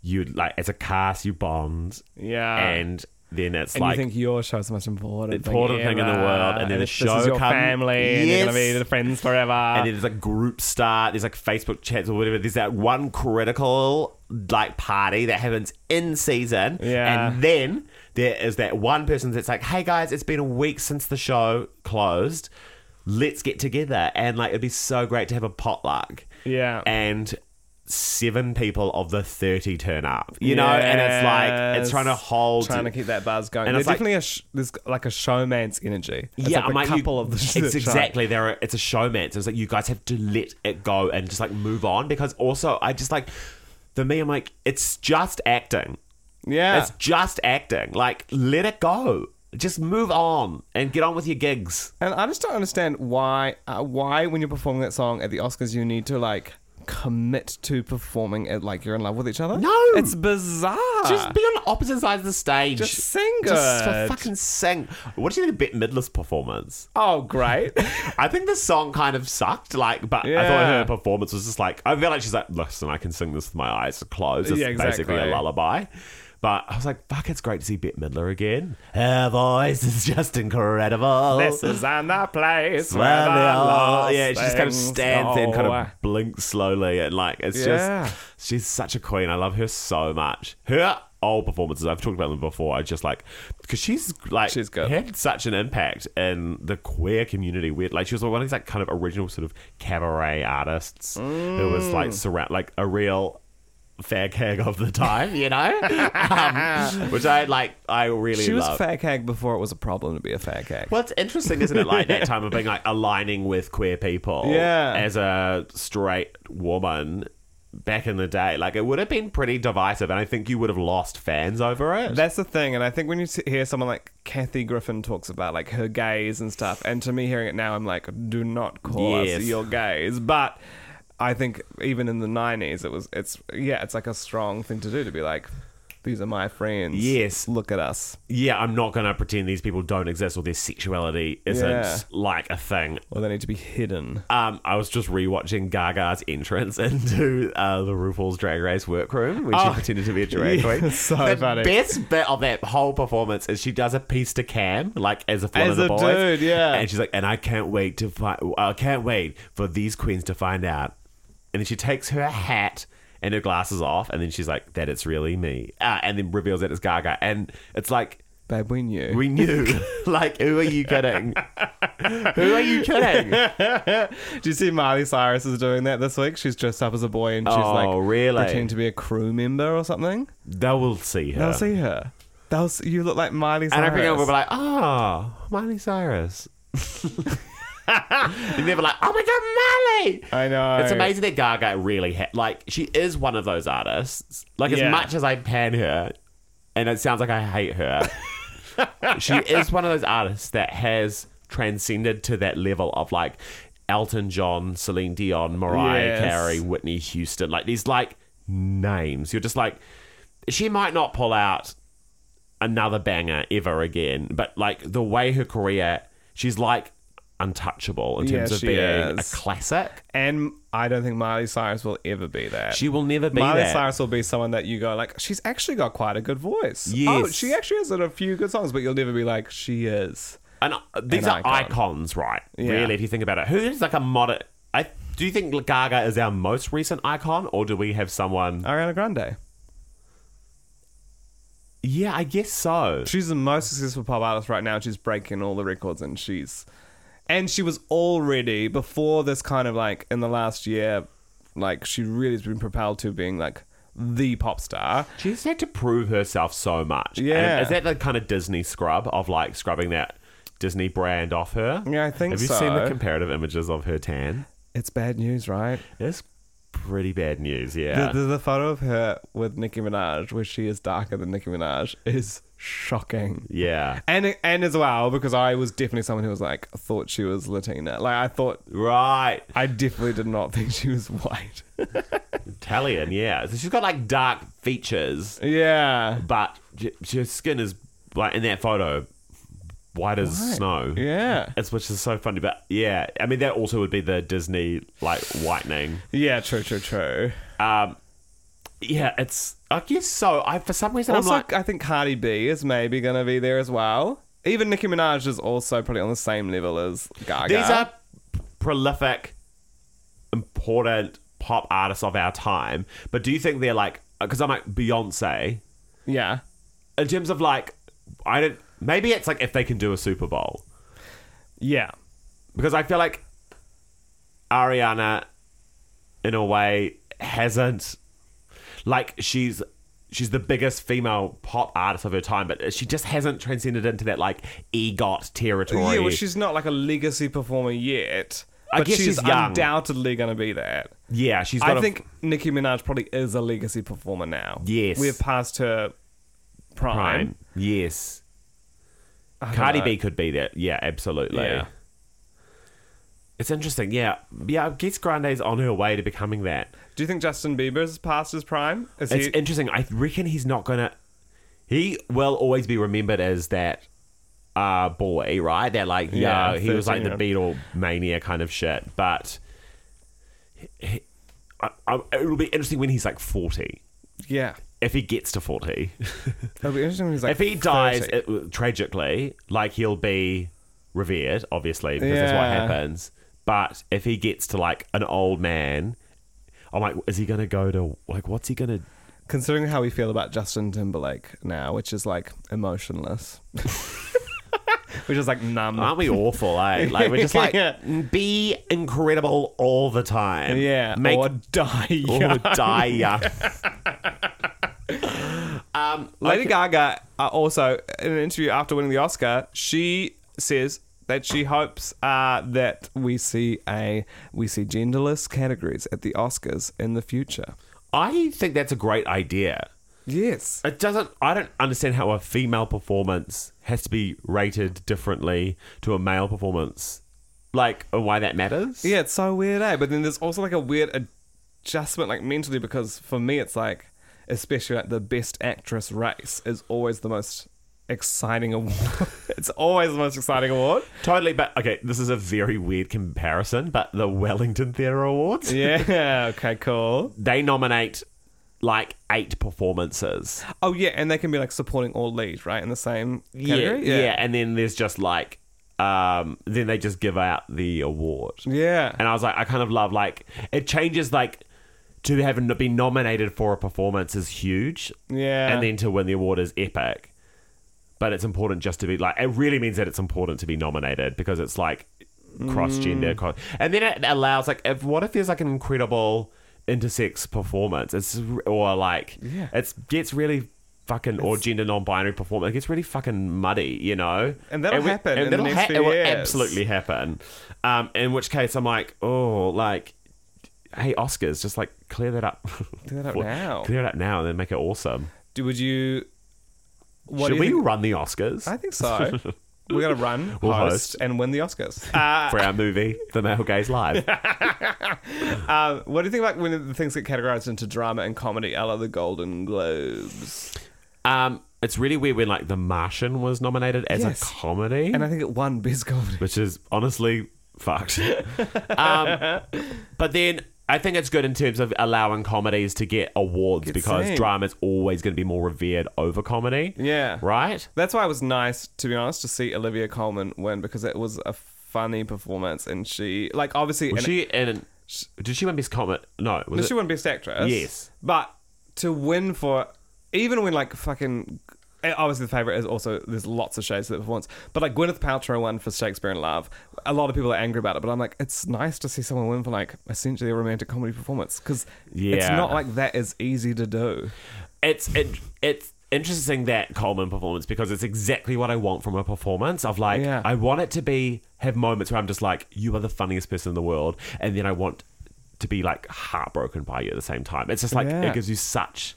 A: you like, as a cast, you bond.
B: Yeah.
A: And then it's
B: And
A: like,
B: you think your show's the most important,
A: Important
B: thing,
A: thing in the
B: ever,
A: world, and then the
B: this is
A: show
B: your
A: come-
B: family, and you're gonna be
A: Yes.
B: the friends forever.
A: and then there's like group start, there's like Facebook chats or whatever. There's that one critical like party that happens in season,
B: Yeah.
A: and then there is that one person that's like, "Hey guys, it's been a week since the show closed. Let's get together." And like, it'd be so great to have a potluck.
B: Yeah.
A: and seven people of the 30 turn up you know and it's like it's trying to
B: Yes.
A: hold
B: trying to keep that buzz going.
A: And
B: And there's
A: it's like-
B: definitely a sh- there's like a showman's energy. It's like the
A: I'm like, you-
B: couple of the sh-
A: It's
B: show.
A: exactly there. are- It's a showman. So it's like you guys have to let it go and just like move on because also I just like for me I'm like it's just acting.
B: Yeah,
A: It's just acting. Like let it go. Just move on and get on with your gigs.
B: and I just don't understand why uh, why when you're performing that song at the Oscars you need to like commit to performing it like you're in love with each other.
A: No!
B: it's bizarre.
A: Just be on opposite sides of the stage.
B: Just sing
A: Ah. Just for
B: good.
A: fucking sing. What do you think of Bette Midler's performance?
B: oh great.
A: I think the song kind of sucked, like, but I thought
B: Yeah.
A: her performance was just like I feel like she's like, listen, I can sing this with my eyes closed. It's
B: Yeah,
A: basically a
B: exactly.
A: lullaby. But I was like, fuck, it's great to see Bette Midler again. Her voice is just incredible.
B: this is on the place where
A: Well,
B: the lost
A: yeah, she just kind of
B: things
A: stands there and kind
B: go.
A: of blinks slowly, and like it's
B: Yeah.
A: just she's such a queen. I love her so much. Her old performances, I've talked about them before. I just like because she's like
B: She's good.
A: had such an impact in the queer community. Where like she was one of these like kind of original sort of cabaret artists who was
B: Mm.
A: like surround like a real. Fag hag of the time, you know, um, which I like. I really
B: She was
A: love.
B: fag hag before it was a problem to be a fag hag.
A: Well, it's interesting, isn't it? Like that time of being like aligning with queer people,
B: Yeah.
A: as a straight woman back in the day. Like it would have been pretty divisive, and I think you would have lost fans over it.
B: That's the thing, and I think when you s- hear someone like Kathy Griffin talks about like her gaze and stuff, and to me hearing it now, I'm like, do not call
A: Yes.
B: us your gaze. But I think even in the '90s, it was it's yeah, it's like a strong thing to do to be like, these are my friends.
A: Yes.
B: look at us.
A: yeah, I'm not going to pretend these people don't exist or their sexuality isn't
B: Yeah.
A: like a thing.
B: Or they need to be hidden.
A: Um, I was just rewatching Gaga's entrance into uh, the RuPaul's Drag Race workroom when she pretended to be a drag
B: Oh. yeah,
A: queen.
B: so
A: the
B: funny.
A: best bit of that whole performance is she does a piece to Cam, like as if one
B: As
A: of the
B: a
A: boys.
B: dude, yeah.
A: And she's like, and I can't wait to find. I can't wait for these queens to find out and then she takes her hat and her glasses off, and then she's like, "That it's really me," uh, and then reveals that it's Gaga, and it's like.
B: Babe, we knew.
A: We knew. like, who are you kidding? who are you kidding?
B: Do you see Miley Cyrus is doing that this week? She's dressed up as a boy and she's
A: Oh,
B: like
A: really?
B: pretending to be a crew member or something.
A: They will see her.
B: They'll see her. They'll see, you look like Miley
A: And
B: Cyrus.
A: everyone will be like, oh, Miley Cyrus. and they'll be like, oh my God, Miley!
B: I know.
A: It's amazing that Gaga really ha- like she is one of those artists. Like
B: Yeah.
A: as much as I pan her, and it sounds like I hate her, she is one of those artists that has transcended to that level of like Elton John, Celine Dion, Mariah
B: Yes.
A: Carey, Whitney Houston. Like these like names. You're just like she might not pull out another banger ever again, but like the way her career, she's like untouchable in
B: Yeah,
A: terms of
B: she
A: being
B: is.
A: a classic.
B: And I don't think Miley Cyrus will ever be that.
A: She will never be
B: Miley
A: that.
B: Cyrus will be someone that you go like, she's actually got quite a good voice. Oh,
A: Yes.
B: she actually has a few good songs, but you'll never be like, she is.
A: And uh, these
B: An
A: are
B: icon.
A: icons, right?
B: Oh Yeah.
A: Really, if you think about it, who is like a modern? I do you think Gaga is our most recent icon, or do we have someone?
B: Ariana Grande.
A: yeah, I guess so.
B: She's the most successful pop artist right now. She's breaking all the records, and she's, and she was already before this kind of like in the last year, like she really has been propelled to being like the pop star.
A: She's had to prove herself so much. And
B: Yeah.
A: is that the kind of Disney scrub of like scrubbing that Disney brand off her?
B: Yeah, I think
A: Have you seen the
B: so.
A: comparative images of her tan?
B: It's bad news, right?
A: It's pretty bad news.
B: The,
A: Yeah.
B: the, the photo of her with Nicki Minaj, where she is darker than Nicki Minaj, is shocking.
A: yeah.
B: And and as well because I was definitely someone who was like thought she was Latina. Like I thought
A: Right.
B: I definitely did not think she was white.
A: Italian. Yeah. So she's got like dark features.
B: yeah.
A: but j- her skin is like in that photo white as snow.
B: Yeah.
A: It's which is so funny, but yeah, I mean that also would be the Disney like whitening.
B: Yeah, true, true, true.
A: Yeah, it's I guess so. I for some reason
B: also,
A: I'm like
B: I think Cardi B is maybe going to be there as well. Even Nicki Minaj is also probably on the same level as Gaga.
A: these are prolific, important pop artists of our time. But do you think they're like because I'm like Beyonce
B: yeah.
A: in terms of like I don't maybe it's like if they can do a Super Bowl
B: Yeah.
A: because I feel like Ariana, in a way, hasn't like she's she's the biggest female pop artist of her time, but she just hasn't transcended into that like EGOT territory.
B: Yeah, well, she's not like a legacy performer yet.
A: I
B: but
A: guess
B: she's,
A: she's young.
B: undoubtedly going to be that.
A: yeah, she's. Got
B: I
A: a-
B: think Nicki Minaj probably is a legacy performer now.
A: Yes.
B: We're past her
A: prime.
B: prime.
A: Yes, Cardi
B: know.
A: B could be that. Yeah, absolutely.
B: Yeah.
A: It's interesting. Yeah, yeah. I guess Grande's on her way to becoming that.
B: Do you think Justin Bieber's past his prime? Is
A: It's
B: he?
A: interesting. I reckon he's not gonna. He will always be remembered as that uh boy, right? That like
B: Yeah,
A: yeah, he was like the
B: 13,
A: Beatle mania kind of shit. But he, he- I, I, it'll be interesting when he's like forty.
B: yeah.
A: If he gets to forty,
B: It'll be interesting when he's like
A: if he dies
B: 30.
A: it, tragically, like he'll be revered, obviously, because that's what
B: Yeah.
A: happens. But if he gets to like an old man, I'm like, is he gonna go to like what's he gonna?
B: Considering how we feel about Justin Timberlake now, which is like emotionless, which is like numb.
A: Aren't we awful, eh? Like we're just like
B: Yeah.
A: be incredible all the time.
B: yeah,
A: Make
B: or
A: or,
B: die. young.
A: die young.
B: Lady Gaga uh, also in an interview after winning the Oscar, she says that she hopes uh, that we see a we see genderless categories at the Oscars in the future.
A: I think that's a great idea.
B: Yes,
A: It doesn't I don't understand how a female performance has to be rated differently to a male performance. Like and why that matters.
B: yeah, it's so weird, eh? But then there's also like a weird adjustment, like mentally, because for me, it's like especially like the best actress race is always the most exciting award. it's always the most exciting award.
A: Totally, but okay, this is a very weird comparison, but the Wellington Theatre Awards.
B: Yeah. Okay. Cool.
A: They nominate like eight performances.
B: Oh yeah, and they can be like supporting or lead, right? In the same
A: yeah,
B: category.
A: yeah, and then there's just like um, then they just give out the award.
B: Yeah.
A: And I was like, I kind of love like it changes like to have n- been nominated for a performance is huge.
B: Yeah.
A: And then to win the award is epic. But it's important just to be like it really means that it's important to be nominated because it's like cross
B: Mm.
A: gender cross and then it allows like if what if there's like an incredible intersex performance it's or like it's gets really fucking or gender non-binary performance it gets really fucking muddy you know
B: And that'll
A: we-
B: happen in the
A: that'll
B: next few
A: it will
B: years.
A: absolutely happen um in which case i'm like oh like hey oscars just like clear that up
B: Clear that up now.
A: clear it up now and then make it awesome
B: Do, would you? What
A: should
B: do you
A: we
B: think-
A: run the oscars
B: I think so. We're gonna run,
A: We'll
B: host,
A: host.
B: and win the Oscars.
A: for our movie the male gaze live
B: Um, what do you think about when the things get categorized into drama and comedy, a la the Golden Globes?
A: um it's really weird when like the martian was nominated as
B: Yes.
A: a comedy
B: And I think it won best comedy.
A: which is honestly fucked. um, but then I think it's good in terms of allowing comedies to get awards because
B: same.
A: drama is always going to be more revered over comedy.
B: Yeah.
A: Right?
B: That's why it was nice, to be honest, to see Olivia Colman win because it was a funny performance, and she like obviously
A: Was
B: and-
A: she in. Did she win Best Comet? No. Was
B: no,
A: it-
B: she won Best Actress.
A: Yes.
B: but to win for even when like fucking and obviously the favorite is also there's lots of shades of that performance, but like Gwyneth Paltrow won for Shakespeare in Love. A lot of people are angry about it, but I'm like, it's nice to see someone win for like essentially a romantic comedy performance because it's
A: Yeah.
B: not like that is easy to do.
A: it's it, it's interesting that Coleman performance because it's exactly what I want from a performance of like
B: Yeah.
A: I want it to be have moments where I'm just like you are the funniest person in the world and then I want to be like heartbroken by you at the same time. It's just like
B: Yeah. Mm.
A: it gives you such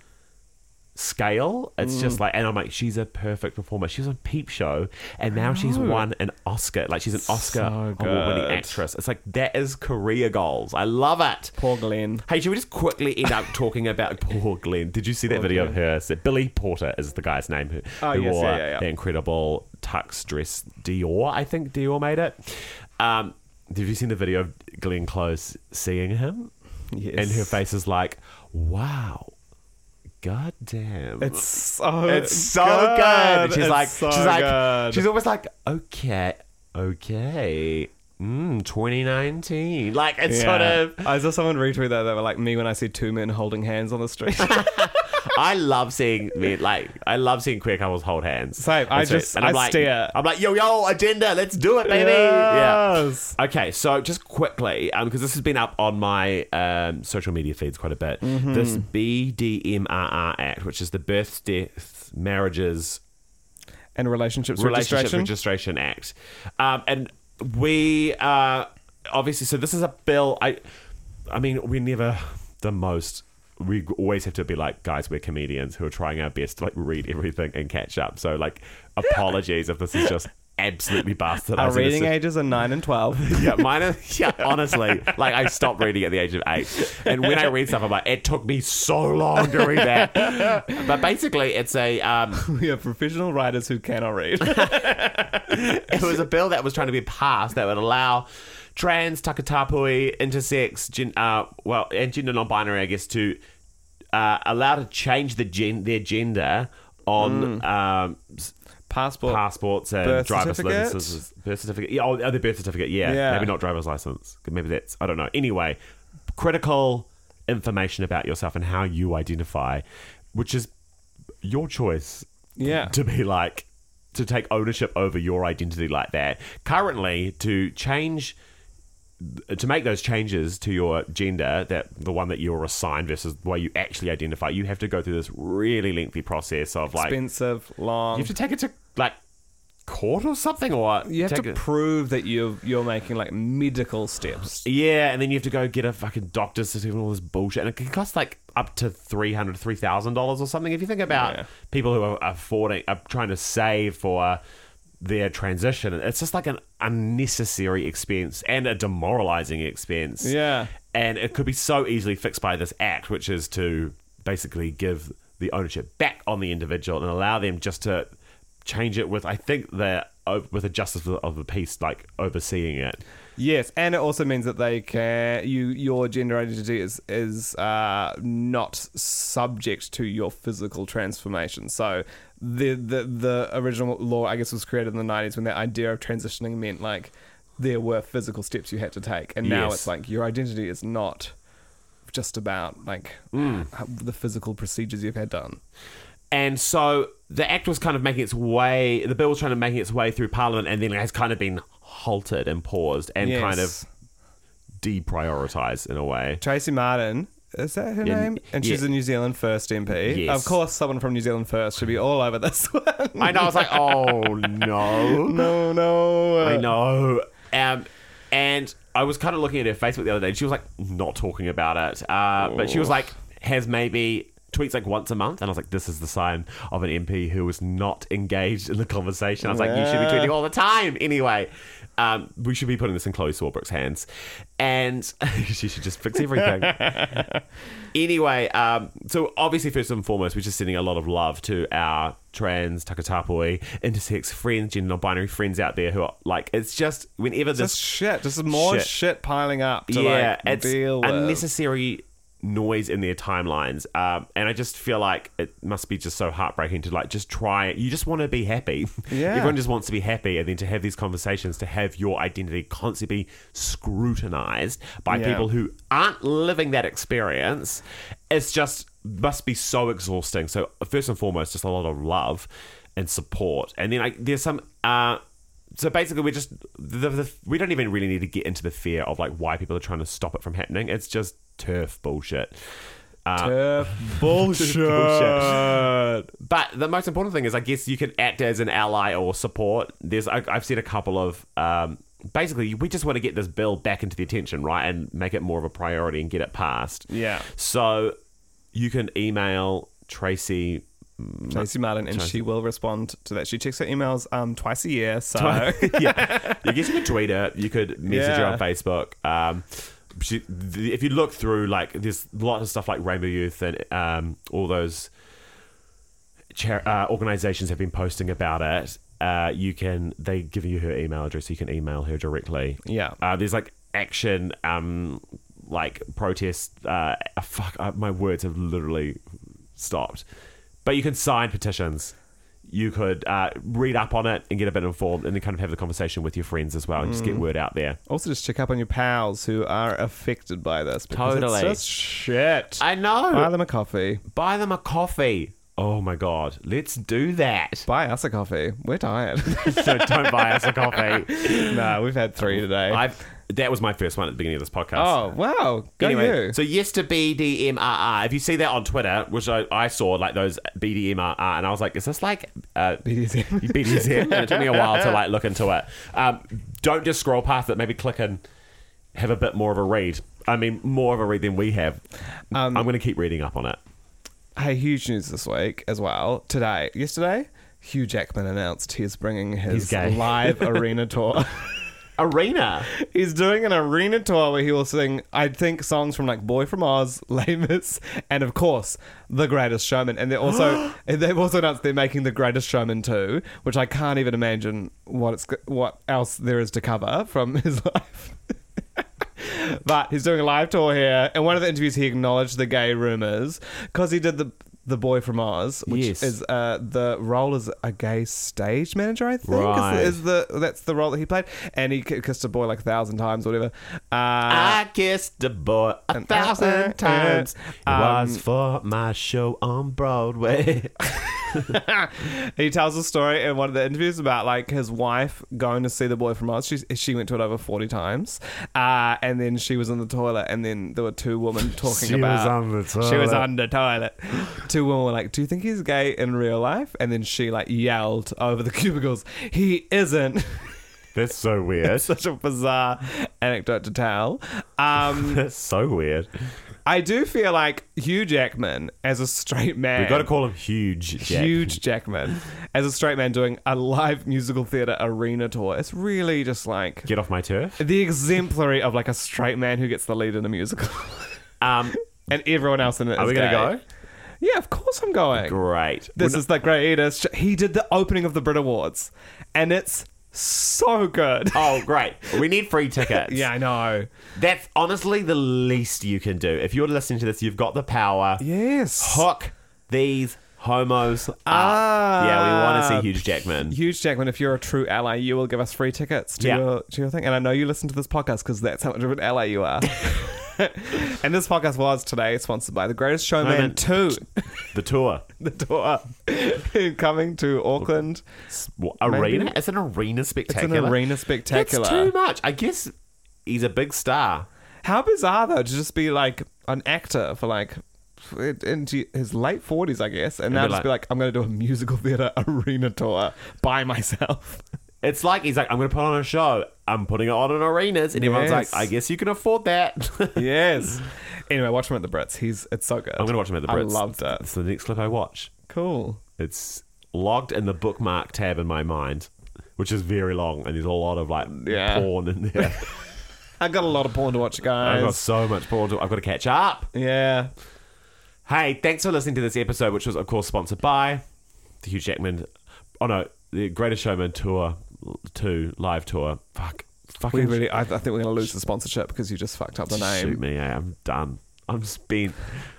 A: scale. It's just like and I'm like she's a perfect performer. She was on Peep Show and now she's won an Oscar. Like she's an Oscar
B: good.
A: award-winning actress. It's like that is career goals. I love it.
B: Poor Glenn.
A: Hey, should we just quickly end up talking about poor Glenn? Did you see that video of her? So Billy Porter is the guy's name who,
B: Oh,
A: who
B: yes,
A: wore
B: yeah, yeah, yeah.
A: the incredible tux dress Dior. I think Dior made it. Um, have you seen the video of Glenn Close seeing him?
B: Yes.
A: And her face is like, wow, god damn.
B: It's so
A: It's so good. And She's
B: It's
A: like,
B: so
A: she's like,
B: good.
A: she's always like, okay, okay, mm, 2019. Like it's sort
B: Yeah.
A: of.
B: I saw someone retweet that. They were like, me when I see two men holding hands on the street.
A: I love seeing me like I love seeing queer couples hold hands.
B: Same. I
A: And so-
B: just-
A: and I'm
B: I
A: like,
B: stare.
A: I'm like, yo, yo, agenda, let's do it, baby.
B: Yes.
A: Yeah. Okay, so just quickly, um, because this has been up on my um, social media feeds quite a bit.
B: Mm-hmm.
A: This BDMRR Act, which is the Births, Deaths, Marriages,
B: and relationships
A: Relationship
B: registration.
A: Registration Act, um, and we uh, obviously. So this is a bill. I, I mean, we never the most. We always have to be like, guys, we're comedians who are trying our best to like read everything and catch up. So like, apologies if this is just absolutely bastardizing.
B: Our
A: the
B: reading
A: system
B: ages are nine and twelve.
A: yeah, mine are, yeah, honestly, like I stopped reading at the age of eight. And when I read stuff, I'm like, it took me so long to read that. But basically, it's a, um,
B: we are professional writers who cannot read.
A: it was a bill that was trying to be passed that would allow trans, takatapui, intersex, gen, uh, well, and gender non binary, I guess, to uh, allow to change the gen- their gender on um, s-
B: Passport.
A: passports and
B: Hmm. Birth
A: driver's
B: certificate?
A: licenses, birth certificate. Yeah, oh, the birth certificate. Yeah.
B: Yeah.
A: maybe not driver's license. Maybe that's I don't know. Anyway, critical information about yourself and how you identify, which is your choice
B: Yeah.
A: to be like to take ownership over your identity like that. Currently, to change to make those changes to your gender, that the one that you're assigned versus the way you actually identify, you have to go through this really lengthy process of like
B: Expensive, long.
A: you have to take it to like court or something, or
B: You have
A: take
B: to
A: it-
B: prove that you're you're making like medical steps.
A: yeah, and then you have to go get a fucking doctor's certificate and all this bullshit, and it can cost like up to three hundred, three thousand dollars or something. If you think about
B: Yeah.
A: people who are affording, are trying to save for their transition, it's just like an unnecessary expense and a demoralizing expense.
B: Yeah.
A: and it could be so easily fixed by this act, which is to basically give the ownership back on the individual and allow them just to change it with. I think they're uh, with a justice of the peace, like overseeing it.
B: Yes, and it also means that they can you your gender identity is is uh, not subject to your physical transformation. So the the the original law, I guess, was created in the nineties when that idea of transitioning meant like there were physical steps you had to take, and now
A: Yes.
B: it's like your identity is not just about like
A: Mm.
B: how- the physical procedures you've had done.
A: And so the act was kind of making its way. The bill was trying to make its way through Parliament, and then it has kind of been halted and paused and
B: Yes.
A: kind of deprioritized in a way.
B: Tracy Martin. Is that her
A: Yeah,
B: name? And she's
A: yeah.
B: a New Zealand First MP.
A: Yes.
B: Of course, someone from New Zealand First should be all over this one.
A: I know. I was like, oh no.
B: No, no.
A: I know. Um, and I was kind of looking at her Facebook the other day. And she was like, not talking about it. Uh, but she was like, has maybe tweets like once a month. And I was like, this is the sign of an MP who is not engaged in the conversation. I was like, you should be tweeting all the time. Anyway, um, we should be putting this in Chloe Swarbrick's hands. And she should just fix everything. Anyway, um, so obviously, first and foremost, we're just sending a lot of love to our trans, takatapui, intersex friends, gender non binary friends out there who are like, it's just whenever
B: Just
A: this.
B: shit. Just more
A: shit.
B: shit, piling up to
A: yeah,
B: like
A: it's
B: deal with.
A: unnecessary noise in their timelines. Um, and I just feel like it must be just so heartbreaking to like just try You just want to be happy.
B: Yeah.
A: Everyone just wants to be happy. And then to have these conversations, to have your identity constantly scrutinized by
B: Yeah.
A: people who aren't living that experience, it's just must be so exhausting. So, first and foremost, just a lot of love and support. And then I, there's some. Uh, so basically, we're just the, the, we don't even really need to get into the fear of like why people are trying to stop it from happening. It's just turf bullshit. Uh,
B: Turf bullshit.
A: Bullshit. But the most important thing is, I guess you can act as an ally or support. There's, I, I've seen a couple of, um, basically, we just want to get this bill back into the attention, right, and make it more of a priority and get it passed.
B: Yeah.
A: So you can email Tracy.
B: Tracy Martin, and she will respond to that. She checks her emails um twice a year. So
A: yeah, I guess you could tweet her. You could message her
B: Yeah.
A: on Facebook. Um, she, the, if you look through, like, there's lots of stuff like Rainbow Youth and um, all those. char- uh, organizations have been posting about it. Uh, you can they give you her email address. so You can email her directly.
B: Yeah.
A: Uh, there's like action, um, like protest. Uh, uh, fuck, uh, my words have literally stopped. But you can sign petitions. You could uh, read up on it and get a bit informed, and then kind of have the conversation with your friends as well, and just get word out there.
B: also just check up on your pals who are affected by this. Because
A: Totally.
B: It's just shit.
A: I know.
B: Buy them a coffee.
A: Buy them a coffee. Oh my god, let's do that.
B: Buy us a coffee. We're tired.
A: so don't buy us a coffee.
B: nah, we've had three today.
A: I've that was my first one at the beginning of this podcast.
B: oh wow. Go
A: anyway,
B: you.
A: so yes to BDMRR. If you see that on Twitter, which I, I saw like those BDMRR, and I was like, is this like uh,
B: BDSM?
A: BDSM? and it took me a while to like look into it. Um, don't just scroll past it. Maybe click and have a bit more of a read. I mean, more of a read than we have. I'm going to keep reading up on it.
B: Hey, huge news this week as well. Today, yesterday, Hugh Jackman announced he's bringing
A: He's
B: his
A: gay.
B: live arena tour.
A: Arena.
B: He's doing an arena tour where he will sing, I think, songs from like Boy from Oz, Lamus, and of course, The Greatest Showman. And they're also and they've also announced they're making The Greatest Showman too, which I can't even imagine what it's what else there is to cover from his life. but he's doing a live tour here. In one of the interviews, he acknowledged the gay rumors because he did the the boy from Oz, which
A: Yes.
B: is uh, the role as a gay stage manager, I think, is-
A: Right.
B: is, the that's the role that he played, and he k- kissed a boy like a thousand times or whatever. Uh,
A: I kissed a boy a
B: and-
A: thousand
B: uh, uh,
A: times. It
B: um,
A: was for my show on Broadway.
B: he tells a story in one of the interviews about like his wife going to see the boy from Oz. She she went to it over forty times, uh, and then she was in the toilet, and then there were two women talking
A: She was
B: about
A: on the
B: she was
A: toilet.
B: on the toilet. two women were like, "Do you think he's gay in real life?" And then she like yelled over the cubicles, "He isn't."
A: That's so weird.
B: Such a bizarre anecdote to tell. Um,
A: That's so weird.
B: I do feel like Hugh Jackman as a straight man.
A: We've got to call him huge. Jack.
B: Huge Jackman as a straight man doing a live musical theater arena tour. It's really just like
A: Get off my turf.
B: the exemplary of like a straight man who gets the lead in a musical,
A: Um,
B: and everyone else in it.
A: are
B: is
A: we gonna
B: gay.
A: go?
B: Yeah, of course I'm going.
A: Great.
B: This is the greatest. sh- He did the opening of the Brit Awards, and it's so good.
A: Oh, great. We need free tickets.
B: yeah, I know.
A: That's honestly the least you can do. If you're listening to this, you've got the power.
B: Yes.
A: Hook these homos up.
B: Ah.
A: yeah, we want to see Huge Jackman.
B: Huge Jackman, if you're a true ally, you will give us free tickets to,
A: Yeah.
B: your, to your thing. And I know you listen to this podcast because that's how much of an ally you are. and this podcast was today sponsored by The Greatest Showman
A: Moment.
B: 2,
A: the tour.
B: the tour, coming to Auckland.
A: What, arena? It's an arena spectacular.
B: arena spectacular.
A: That's too much. I guess he's a big star.
B: How bizarre, though, to just be like an actor for like f- into his late 40s, I guess, and, now
A: be
B: just
A: like-
B: be like, I'm going to do a musical theatre arena tour by myself.
A: It's like he's like, I'm going to put on a show. I'm putting it on in arenas, and everyone's like,
B: Yes.
A: I guess you can afford that.
B: yes. Anyway, watch him at the Brits. He's It's so good.
A: I'm going to watch him at the
B: I
A: Brits.
B: loved it.
A: It's the next clip I watch.
B: Cool.
A: It's logged in the bookmark tab in my mind, which is very long, and there's a lot of like
B: Yeah.
A: porn in there.
B: I got a lot of porn to watch, guys.
A: I've got so much porn. To, I've got to catch up.
B: yeah.
A: Hey, thanks for listening to this episode, which was of course sponsored by the Hugh Jackman. Oh no, the Greatest Showman tour, two live tour. Fuck, fucking
B: We really. I, I think we're going to lose the sponsorship because you just fucked up the name.
A: shoot me. eh? I'm done. I'm spent.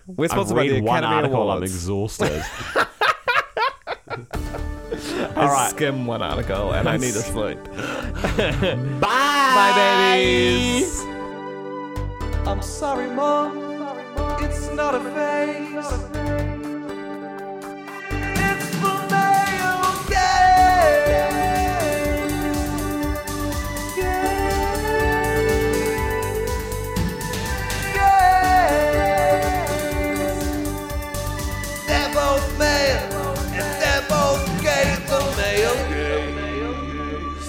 B: We're
A: I'm
B: sponsored by the
A: reading one
B: Academy
A: article. I'm
B: Awards.
A: exhausted.
B: I skim one article and I need to sleep.
A: Bye.
B: Bye, babies.
C: I'm sorry, Mom. It's not a phase. It's the male gaze. Gaze. Gaze. They're both male, and they're both gay. The male gaze.